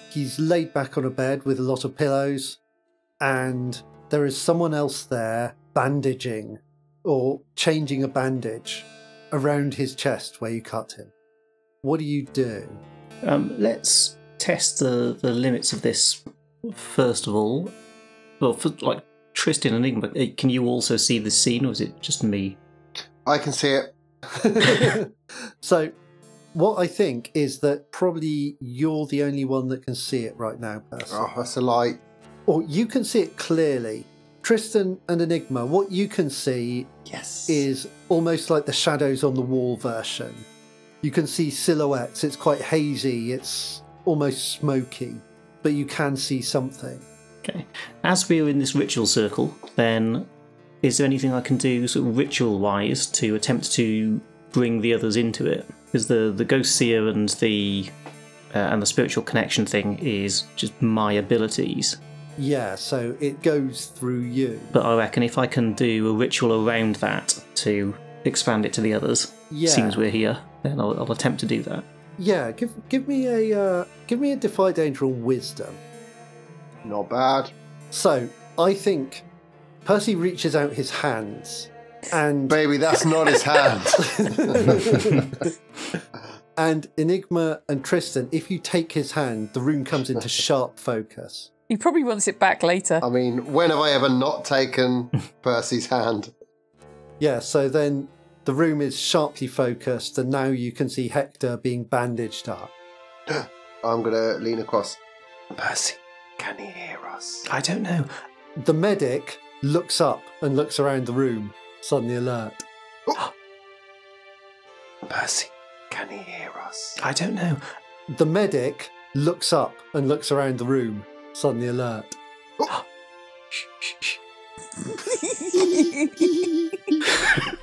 S1: He's laid back on a bed with a lot of pillows, and there is someone else there bandaging or changing a bandage around his chest where you cut him. What do you do?
S3: Um, let's test the, the limits of this first of all. Well, for, like Tristan and Enigma, eh, can you also see the scene, or is it just me?
S4: I can see it.
S1: so, what I think is that probably you're the only one that can see it right now, person.
S4: Oh, that's a light.
S1: Or you can see it clearly. Tristan and Enigma, what you can see
S2: Yes.
S1: is almost like the shadows on the wall version. You can see silhouettes, it's quite hazy, it's almost smoky, but you can see something.
S3: Okay. As we are in this ritual circle, then is there anything I can do sort of ritual wise to attempt to bring the others into it? Because the the ghost seer and the uh, and the spiritual connection thing is just my abilities.
S1: Yeah, so it goes through you.
S3: But I reckon if I can do a ritual around that to expand it to the others,
S1: Yeah.
S3: seeing as we're here, then I'll, I'll attempt to do that.
S1: Yeah, give give me a uh, give me a defy danger on wisdom.
S4: Not bad.
S1: So I think Percy reaches out his hands and
S4: Baby, that's not his hand.
S1: and Enigma and Tristan, if you take his hand, the room comes into sharp focus.
S2: He probably wants it back later.
S4: I mean, when have I ever not taken Percy's hand?
S1: Yeah, so then the room is sharply focused, and now you can see Hector being bandaged up.
S4: I'm going to lean across. Percy, can he hear us?
S3: I don't know.
S1: The medic looks up and looks around the room, suddenly alert.
S4: Percy, can he hear us?
S3: I don't know.
S1: The medic looks up and looks around the room, suddenly alert.
S3: This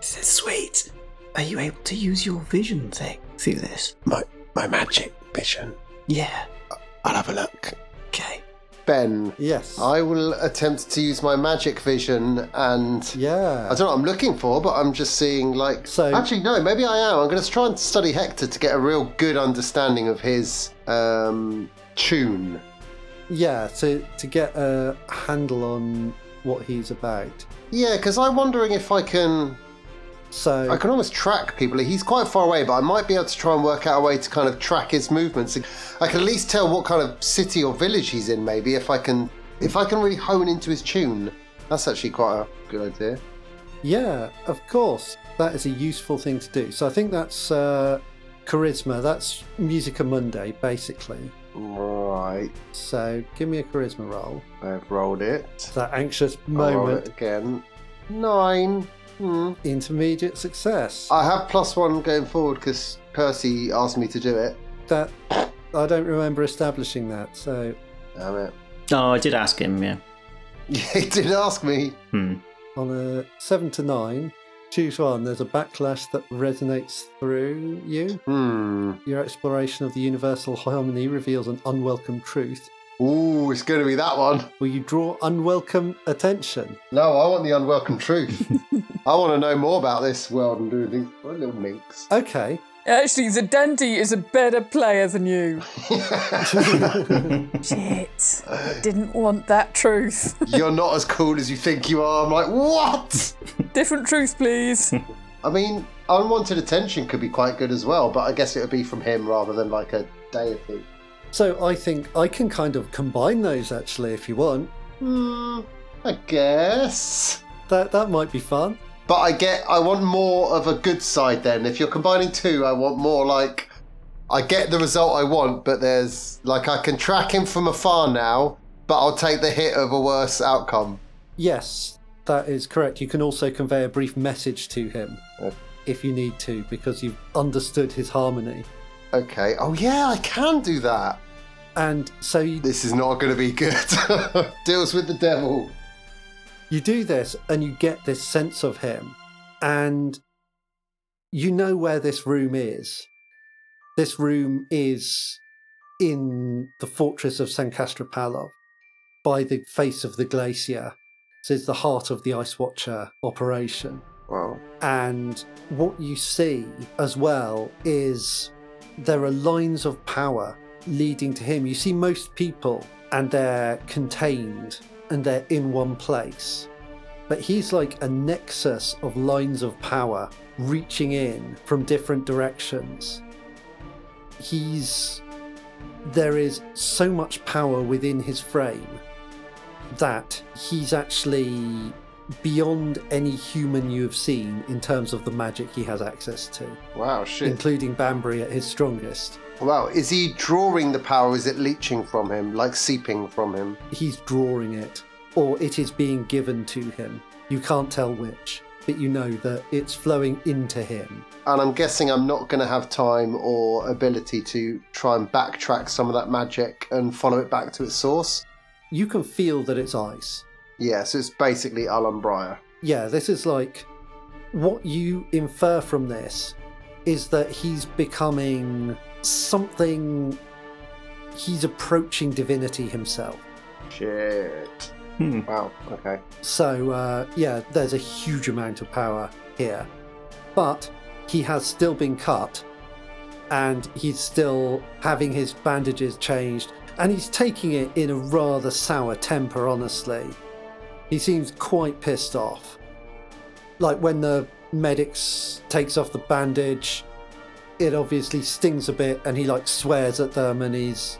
S3: is sweet. Are you able to use your vision thing through this?
S5: My my magic vision.
S3: Yeah.
S5: I'll have a look.
S3: Okay.
S4: Ben,
S1: Yes.
S4: I will attempt to use my magic vision and. I
S1: Yeah.
S4: don't know what I'm looking for, but I'm just seeing like.
S1: So-
S4: actually, no, maybe I am. I'm going to try and study Hector to get a real good understanding of his um, tune.
S1: Yeah, to, to get a handle on what he's about.
S4: Yeah, because I'm wondering if I can.
S1: So,
S4: I can almost track people. He's quite far away, but I might be able to try and work out a way to kind of track his movements. I can at least tell what kind of city or village he's in, maybe if I can. If I can really hone into his tune, that's actually quite a good idea.
S1: yeah, of course, that is a useful thing to do. So I think that's uh, charisma. That's Musica Monday, basically.
S4: Right,
S1: So give me a charisma roll.
S4: I've rolled it.
S1: That anxious
S4: I'll roll
S1: moment,
S4: it again. Nine. Hmm.
S1: intermediate success.
S4: I have plus one going forward because Percy asked me to do it.
S1: that I don't remember establishing that. So
S4: Damn it.
S3: Oh, I did ask him, yeah.
S4: he did ask me.
S3: Hmm.
S1: on a seven to nine, choose one. There's a backlash that resonates through you.
S4: Hmm.
S1: Your exploration of the universal harmony reveals an unwelcome truth.
S4: Ooh, it's going to be that one.
S1: Will you draw unwelcome attention?
S4: No, I want the unwelcome truth. I want to know more about this world and doing things. What little minx.
S1: Okay.
S2: Actually, the dandy is a better player than you. Shit. Didn't want that truth.
S4: You're not as cool as you think you are. I'm like, what?
S2: Different truth, please.
S4: I mean, unwanted attention could be quite good as well, but I guess it would be from him rather than like a deity.
S1: So I think I can kind of combine those actually if you want.
S4: Hmm, I guess.
S1: That that might be fun.
S4: But I get, I want more of a good side then. If you're combining two, I want more like, I get the result I want, but there's like, I can track him from afar now, but I'll take the hit of a worse outcome.
S1: Yes, that is correct. You can also convey a brief message to him if you need to because you've understood his harmony.
S4: Okay. Oh, yeah, I can do that.
S1: And so you,
S4: This is not going to be good. Deals with the devil.
S1: you do this and you get this sense of him and you know where this room is this room is in the fortress of Sankastropalov by the face of the glacier this is the heart of the ice watcher operation
S4: Wow.
S1: and what you see as well is there are lines of power leading to him. You see most people and they're contained and they're in one place. But he's like a nexus of lines of power reaching in from different directions. He's. There is so much power within his frame that he's actually beyond any human you have seen in terms of the magic he has access to,
S4: Wow, shit.
S1: including Banbury at his strongest.
S4: Wow, is he drawing the power? Is it leaching from him, like seeping from him?
S1: He's drawing it, or it is being given to him. You can't tell which, but you know that it's flowing into him.
S4: And I'm guessing I'm not going to have time or ability to try and backtrack some of that magic and follow it back to its source.
S1: You can feel that it's ice.
S4: Yeah, so it's basically Alumbria.
S1: yeah, this is like what you infer from this is that he's becoming something. He's approaching divinity himself.
S4: Shit.
S3: Hmm.
S4: Wow, okay.
S1: So uh, yeah, there's a huge amount of power here, but he has still been cut, and he's still having his bandages changed, and he's taking it in a rather sour temper. Honestly, he seems quite pissed off. Like when the medics takes off the bandage, it obviously stings a bit, and he like swears at them, and he's.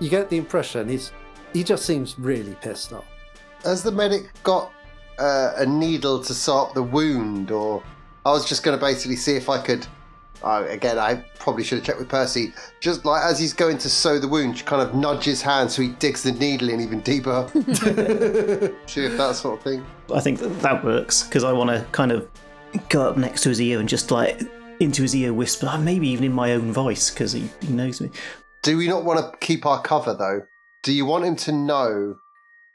S1: You get the impression he's. He just seems really pissed off.
S4: Has the medic got uh, a needle to sew up the wound, or I was just going to basically see if I could. Uh, again, I probably should have checked with Percy. Just like as he's going to sew the wound, she kind of nudges his hand so he digs the needle in even deeper. see if that sort of thing.
S3: I think that, that works because I want to kind of go up next to his ear and just like into his ear whisper, uh, maybe even in my own voice because he, he knows me.
S4: Do we not want to keep our cover though? Do you want him to know?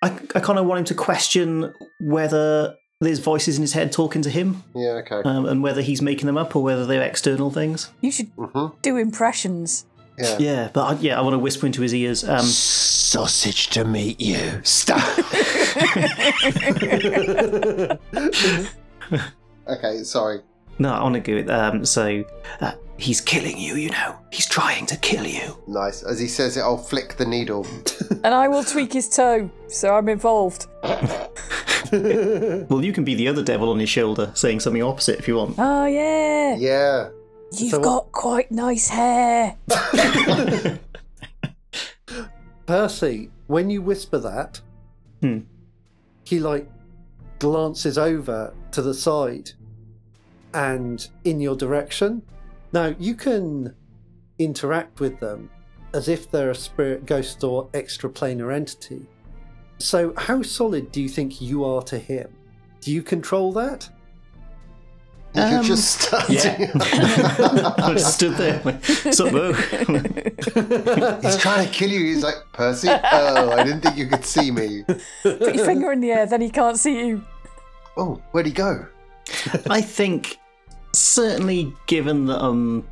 S3: I, I kind of want him to question whether there's voices in his head talking to him
S4: Yeah, okay.
S3: um, and whether he's making them up or whether they're external things.
S2: You should
S4: Mhm.
S2: do impressions.
S4: Yeah.
S3: Yeah, but I, yeah, I want to whisper into his ears. Um,
S5: Sausage to meet you. Stop.
S4: Okay, sorry.
S3: no, I want to give it. Um, so uh, he's killing you, you know. He's trying to kill you.
S4: Nice. As he says it, I'll flick the needle.
S2: And I will tweak his toe, so I'm involved.
S3: Well, you can be the other devil on his shoulder, saying something opposite if you want.
S2: Oh, yeah.
S4: Yeah.
S2: You've
S1: So what-
S2: got quite nice hair.
S1: Percy, when you whisper that,
S3: Hmm.
S1: he like glances over to the side and in your direction. Now you can interact with them as if they're a spirit, ghost, or extraplanar entity. So, how solid do you think you are to him? Do you control that?
S4: You're
S3: Um,
S4: just standing.
S3: Yeah. I just stood there. oh. Like, Sup, boo?
S4: He's trying to kill you. He's like, Percy, oh, I didn't think you could see me.
S2: Put your finger in the air, then he can't see you.
S4: Oh, where'd he go?
S3: I think, certainly, given that I'm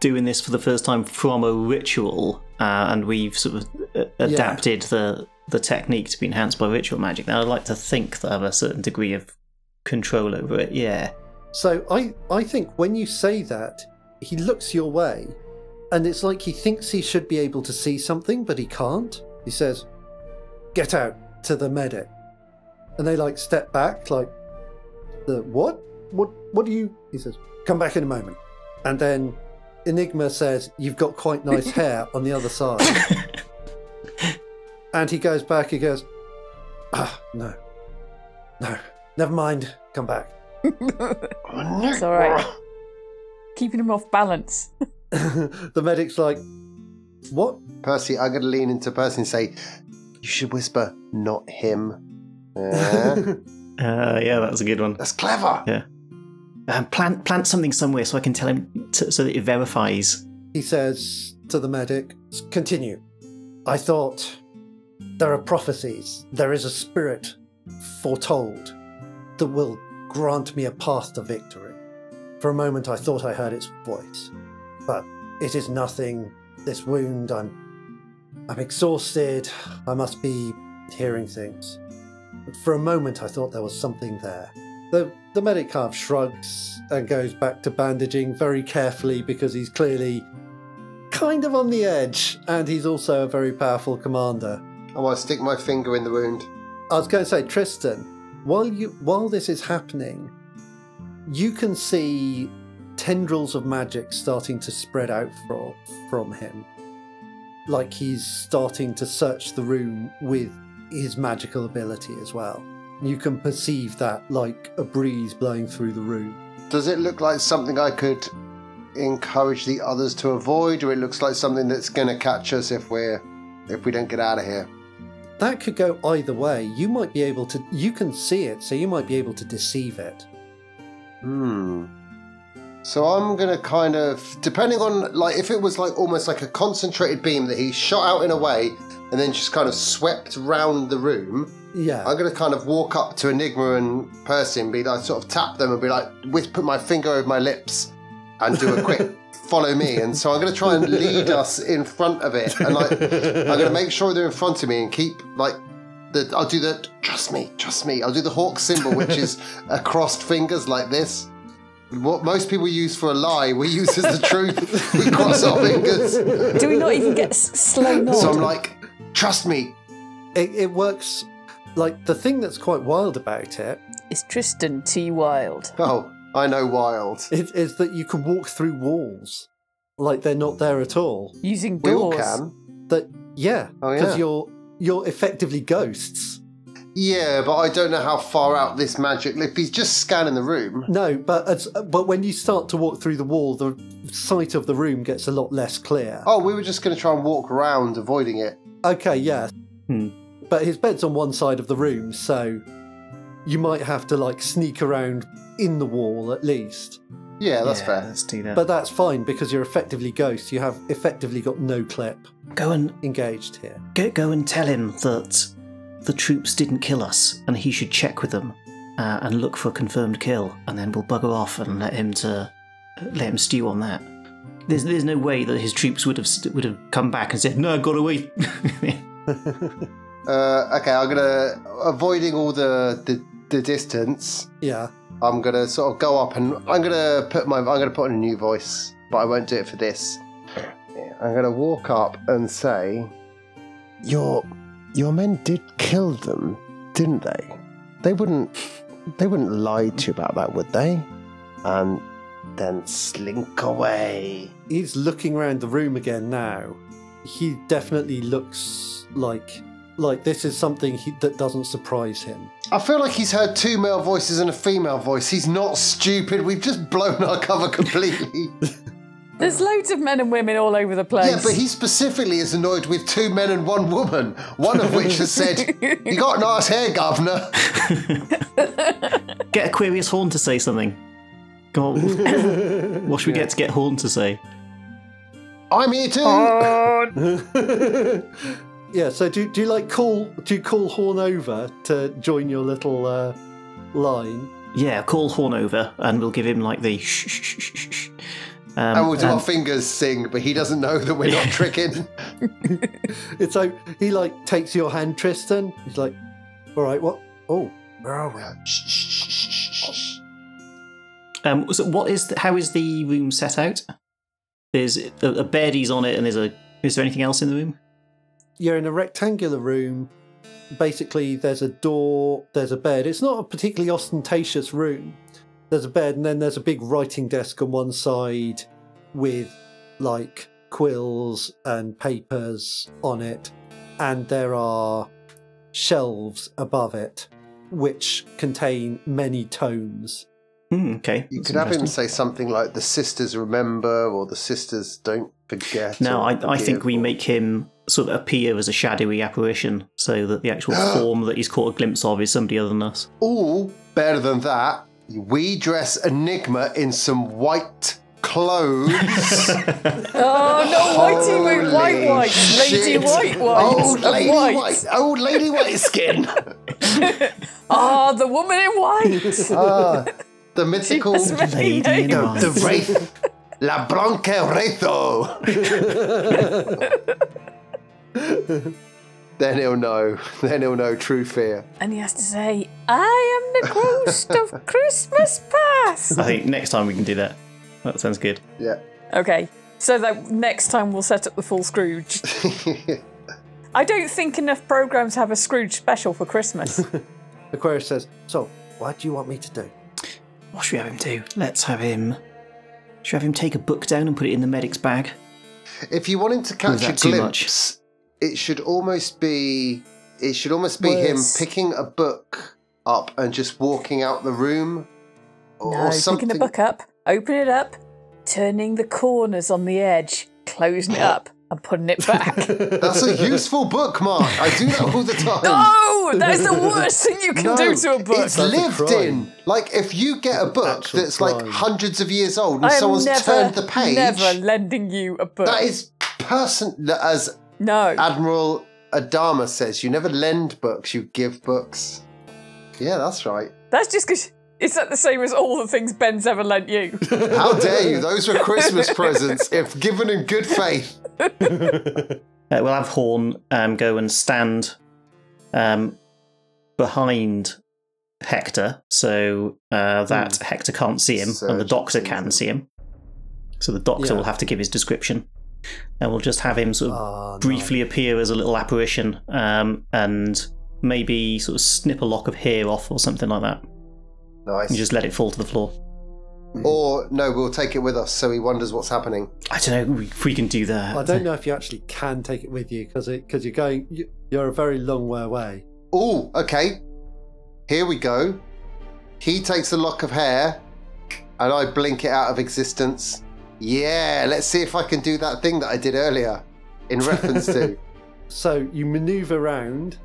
S3: doing this for the first time from a ritual, uh, and we've sort of uh, adapted the the technique to be enhanced by ritual magic, then I'd like to think that I have a certain degree of control over it. Yeah.
S1: So I, I think when you say that, he looks your way, and it's like he thinks he should be able to see something, but he can't. He says, "Get out to the medic," and they like step back, like, "The what?" what what do you he says come back in a moment and then enigma says you've got quite nice hair on the other side and he goes back he goes ah no no never mind come back
S2: It's all right. Keeping him off balance.
S1: the medic's like what
S4: Percy, I'm going to lean into Percy and say, you should whisper, not him. Yeah.
S3: Uh, yeah, that's a good one.
S4: That's clever.
S3: Um, plant plant something somewhere so I can tell him to, so that it verifies.
S1: he says to the medic, continue. I thought there are prophecies, there is a spirit foretold that will grant me a path to victory. For a moment, I thought I heard its voice, but it is nothing. This wound, I'm, I'm exhausted. I must be hearing things. But for a moment, I thought there was something there. The, the medic half shrugs and goes back to bandaging very carefully because he's clearly kind of on the edge, and he's also a very powerful commander.
S4: I want to stick my finger in the wound.
S1: I was going to say, Tristan, while you while this is happening, you can see tendrils of magic starting to spread out from from him, like he's starting to search the room with his magical ability as well. You can perceive that like a breeze blowing through the room.
S4: Does it look like something I could encourage the others to avoid, or it looks like something that's going to catch us if we're if we don't get out of here?
S1: That could go either way. You might be able to. You can see it, so you might be able to deceive it.
S4: Hmm. So I'm gonna kind of, depending on like if it was like almost like a concentrated beam that he shot out in a way and then just kind of swept round the room.
S1: Yeah.
S4: I'm gonna kind of walk up to Enigma and Percy and be like, sort of tap them and be like, with put my finger over my lips and do a quick follow me. And so I'm gonna try and lead us in front of it. And like, I'm gonna make sure they're in front of me and keep like. The, I'll do the trust me, trust me. I'll do the hawk symbol, which is a crossed fingers like this. What most people use for a lie, we use as the truth. we cross our fingers.
S2: Do we not even get s- slow nod?
S4: So I'm like, trust me.
S1: it, it works. Like the thing that's quite wild about it
S2: It's Tristan T. Wild.
S4: Oh, I know wild.
S1: It is that you can walk through walls like they're not there at all.
S2: Using
S4: We all
S2: doors.
S4: can.
S1: That yeah,
S4: Oh,
S1: because
S4: yeah.
S1: you're you're effectively ghosts.
S4: Yeah, but I don't know how far out this magic. If he's just scanning the room,
S1: No, but it's, but when you start to walk through the wall, the sight of the room gets a lot less clear.
S4: oh, we were just going to try and walk around, avoiding it.
S1: Okay, yeah.
S3: Hmm.
S1: But his bed's on one side of the room, so you might have to like sneak around in the wall at least.
S4: Yeah, that's
S3: Yeah,
S4: fair.
S3: Let's do that.
S1: But that's fine because you're effectively ghosts. You have effectively got no clip
S3: go and
S1: engaged here.
S3: go, go and tell him that the troops didn't kill us, and he should check with them uh, and look for a confirmed kill, and then we'll bugger off and let him to let him stew on that. There's, there's no way that his troops would have st- would have come back and said no, I got away.
S4: Uh, okay, I'm gonna avoiding all the the, the distance.
S1: Yeah.
S4: I'm gonna sort of go up and I'm gonna put my I'm gonna put on a new voice, but I won't do it for this. I'm gonna walk up and say,
S5: Your your men did kill them, didn't they? They wouldn't they wouldn't lie to you about that, would they? And
S4: "Then slink away."
S1: he's looking around the room again now. He definitely looks like like this is something he, that doesn't surprise him.
S4: I feel like he's heard two male voices and a female voice. He's not stupid. We've just blown our cover completely.
S2: There's loads of men and women all over the place.
S4: yeah, but he specifically is annoyed with two men and one woman, one of which has said, "You got nice hair, governor."
S3: get Aquarius Horn to say something. Come on, what should we get to get Horn to say?
S4: I'm here too.
S1: Yeah. So do do you like call do you call Horn over to join your little uh, line?
S3: Yeah, call Horn over, and we'll give him like the shh shh shh shh. shh. Um,
S4: and we'll do our fingers sing, but he doesn't know that we're not tricking.
S1: It's like he like takes your hand, Tristan. He's like, all right, what? Oh, where are we?
S3: Um, so what is the, how is the room set out? There's a, a bed he's on it, and there's a. Is there anything else in the room?
S1: you're in a rectangular room. Basically, there's a door, there's a bed. It's not a particularly ostentatious room, There's a bed, and then there's a big writing desk on one side with like quills and papers on it, and there are shelves above it which contain many tomes.
S3: Hmm, okay.
S4: You
S3: that's
S4: could have him say
S3: interesting.
S4: something like the sisters remember or the sisters don't forget.
S3: No,
S4: or
S3: I, I think
S4: forgive
S3: we
S4: or-
S3: make him sort of appear as a shadowy apparition so that the actual form that he's caught a glimpse of is somebody other than us.
S4: All better than that, we dress Enigma in some white clothes.
S2: Oh no, whitey
S4: Holy
S2: white, white white, lady
S4: shit.
S2: white white,
S4: Old
S2: a
S4: lady
S2: white.
S4: white. Old lady white skin.
S2: Ah, the woman in white.
S4: Ah, the mythical
S2: That's
S4: the,
S2: right.
S3: Lady in
S2: No,
S3: white.
S4: the wraith. La Blanca Wraitho. then he'll know. Then he'll know true fear.
S2: and he has to say, "I am the ghost of Christmas past."
S4: Mm-hmm.
S3: I think next time we can do that. That sounds good.
S4: Yeah.
S2: Okay, so that next time we'll set up the full Scrooge. I don't think enough programs have a Scrooge special for Christmas.
S1: Aquarius says, So, what do you want me to do?
S3: What should we have him do? Let's have him. Should we have him take a book down and put it in the medic's bag?
S4: if you want him to catch a
S3: that too much?
S4: glimpse, it should almost be it should almost be
S2: Worse.
S4: him picking a book up and just walking out the room or,
S2: no,
S4: something.
S2: picking the book up, opening it up, turning the corners on the edge, closing it up, and putting it back.
S4: That's a useful book, Mark. I do that all the time.
S2: No, that is the worst thing you can
S4: No,
S2: do to a book.
S4: It's
S1: That's a
S4: lived
S1: crime.
S4: in. Like if you get a book
S1: actual
S4: that's like
S1: crime.
S4: hundreds of years old and
S2: I am
S4: someone's
S2: never,
S4: turned the page,
S2: never lending you a book.
S4: that is person as
S2: no.
S4: Admiral Adama says, you never lend books, you give books. Yeah, that's right.
S2: That's just because. Is that the same as all the things Ben's ever lent you?
S4: How dare you? Those were Christmas presents if given in good faith.
S3: Uh, we'll have Horn um, go and stand um, behind Hector so uh, that
S1: Hmm.
S3: Hector can't see him and the
S4: Surgeon
S3: doctor
S4: sees
S3: can
S4: him.
S3: see him. So the doctor
S1: Yeah.
S3: will have to give his description. And we'll just have him sort of
S1: Ah, no.
S3: briefly appear as a little apparition um, and maybe sort of snip a lock of hair off or something like that
S4: Nice.
S3: and just let it fall to the floor.
S4: Or no, we'll take it with us so he wonders what's happening.
S3: I don't know if we can do that.
S1: I don't know if you actually can take it with you because because you're going you- you're a very long way away.
S4: Oh, okay. Here we go. He takes a lock of hair and I blink it out of existence. Yeah, let's see if I can do that thing that I did earlier in reference to.
S1: So you manoeuvre around,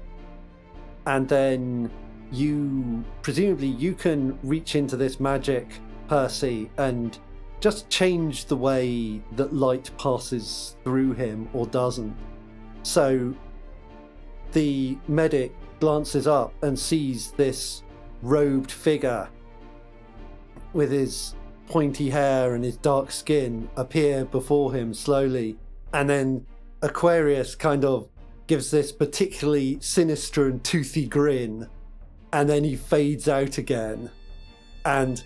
S1: and then you presumably you can reach into this magic Percy and just change the way that light passes through him or doesn't. So the medic glances up and sees this robed figure with his pointy hair and his dark skin appear before him slowly and then Aquarius kind of gives this particularly sinister and toothy grin, and then he fades out again. And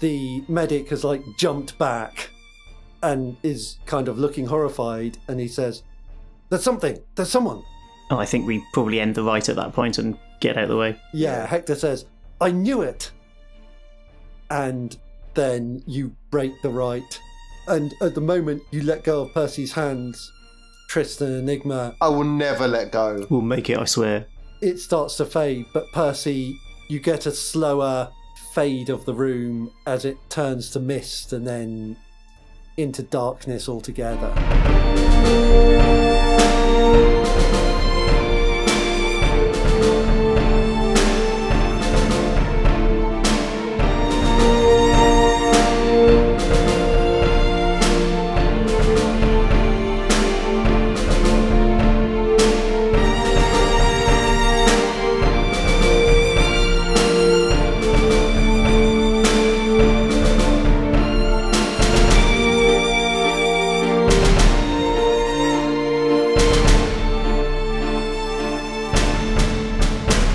S1: the medic has like jumped back and is kind of looking horrified, and he says, There's something, there's someone.
S3: Oh, I think we probably end the right at that point and get out of the way.
S1: Yeah, Hector says, I knew it. And then you break the right. And at the moment, you let go of Percy's hands, Tristan and Enigma,
S4: I will never let go.
S3: We'll make it, I swear.
S1: it starts to fade, but Percy, you get a slower fade of the room as it turns to mist and then into darkness altogether.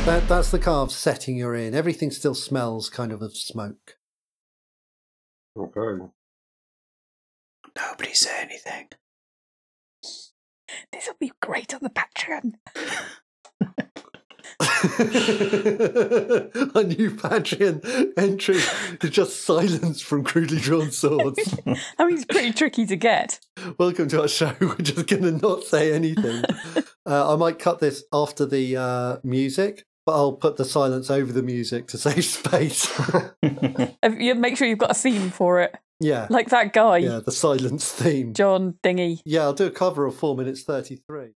S1: That, that's the kind of setting you're in. Everything still smells kind of of smoke.
S4: Okay.
S3: Nobody say anything.
S2: This will be great on the Patreon.
S1: Our new Patreon entry is just silence from crudely drawn swords.
S2: I mean, it's pretty tricky to get.
S1: Welcome to our show. We're just going to not say anything. Uh, I might cut this after the uh, music, but I'll put the silence over the music to save space.
S2: If you make sure you've got a theme for it,
S1: yeah.
S2: like that guy,
S1: Yeah, the silence theme.
S2: John Dingy.
S1: Yeah, I'll do a cover of 4 minutes 33.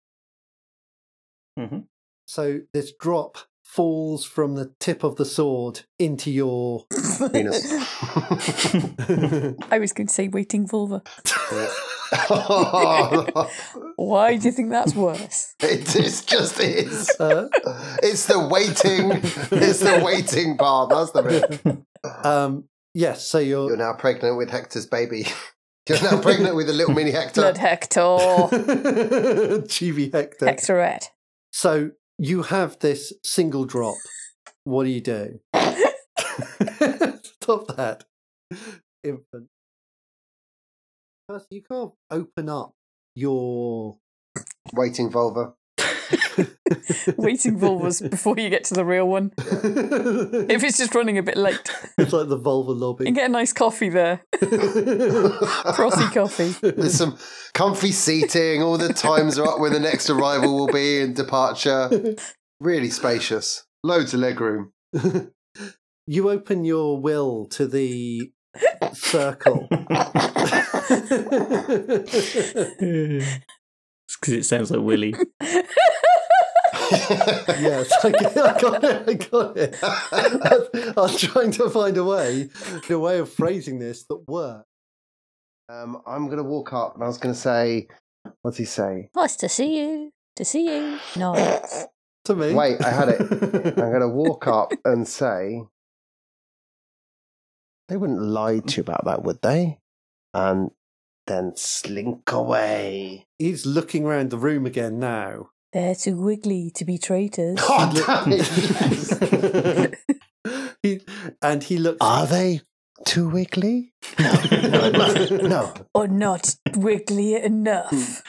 S3: hmm
S1: So this drop falls from the tip of the sword into your.
S4: Venus.
S2: I was going to say waiting vulva.
S4: Oh,
S2: Why do you think that's worse?
S4: it is just is.
S1: Uh,
S4: It's the waiting. It's the waiting part. That's the bit.
S1: um, yes, so you're.
S4: You're now pregnant with Hector's baby. You're now pregnant with a little mini Hector.
S2: Blood Hector,
S1: Chibi Hector.
S2: Hectorette.
S1: So you have this single drop. What do you do? Stop that. Infant. Percy, You can't open up your.
S4: Waiting vulva.
S2: Waiting vulvas before you get to the real one.
S1: it's
S2: If it's just running a bit late,
S1: like the vulva
S2: you
S1: lobby.
S2: get a nice coffee there, frothy coffee.
S4: There's some comfy seating. All the times are up where the next arrival will be and departure. Really spacious. Loads of legroom.
S1: you open your will to the circle.
S3: It's because it sounds like Willy.
S1: yes, I, get- I got it. I got it. I was trying to find a way, a way of phrasing this that worked.
S4: Um, I'm going to walk up and I was going to say, what's he say?
S2: Nice to see you. To see you. No.
S1: To me.
S4: Wait, I had it.
S1: it.
S4: I'm going to walk up and say,
S5: They wouldn't lie to you about that, would they? And
S4: then slink away.
S1: He's looking round the room again now.
S2: They're too wiggly to be traitors.
S4: God Oh, damn it. yes.
S1: he, and he looks.
S5: are they too wiggly?
S4: No,
S5: No.
S2: Or not wiggly enough.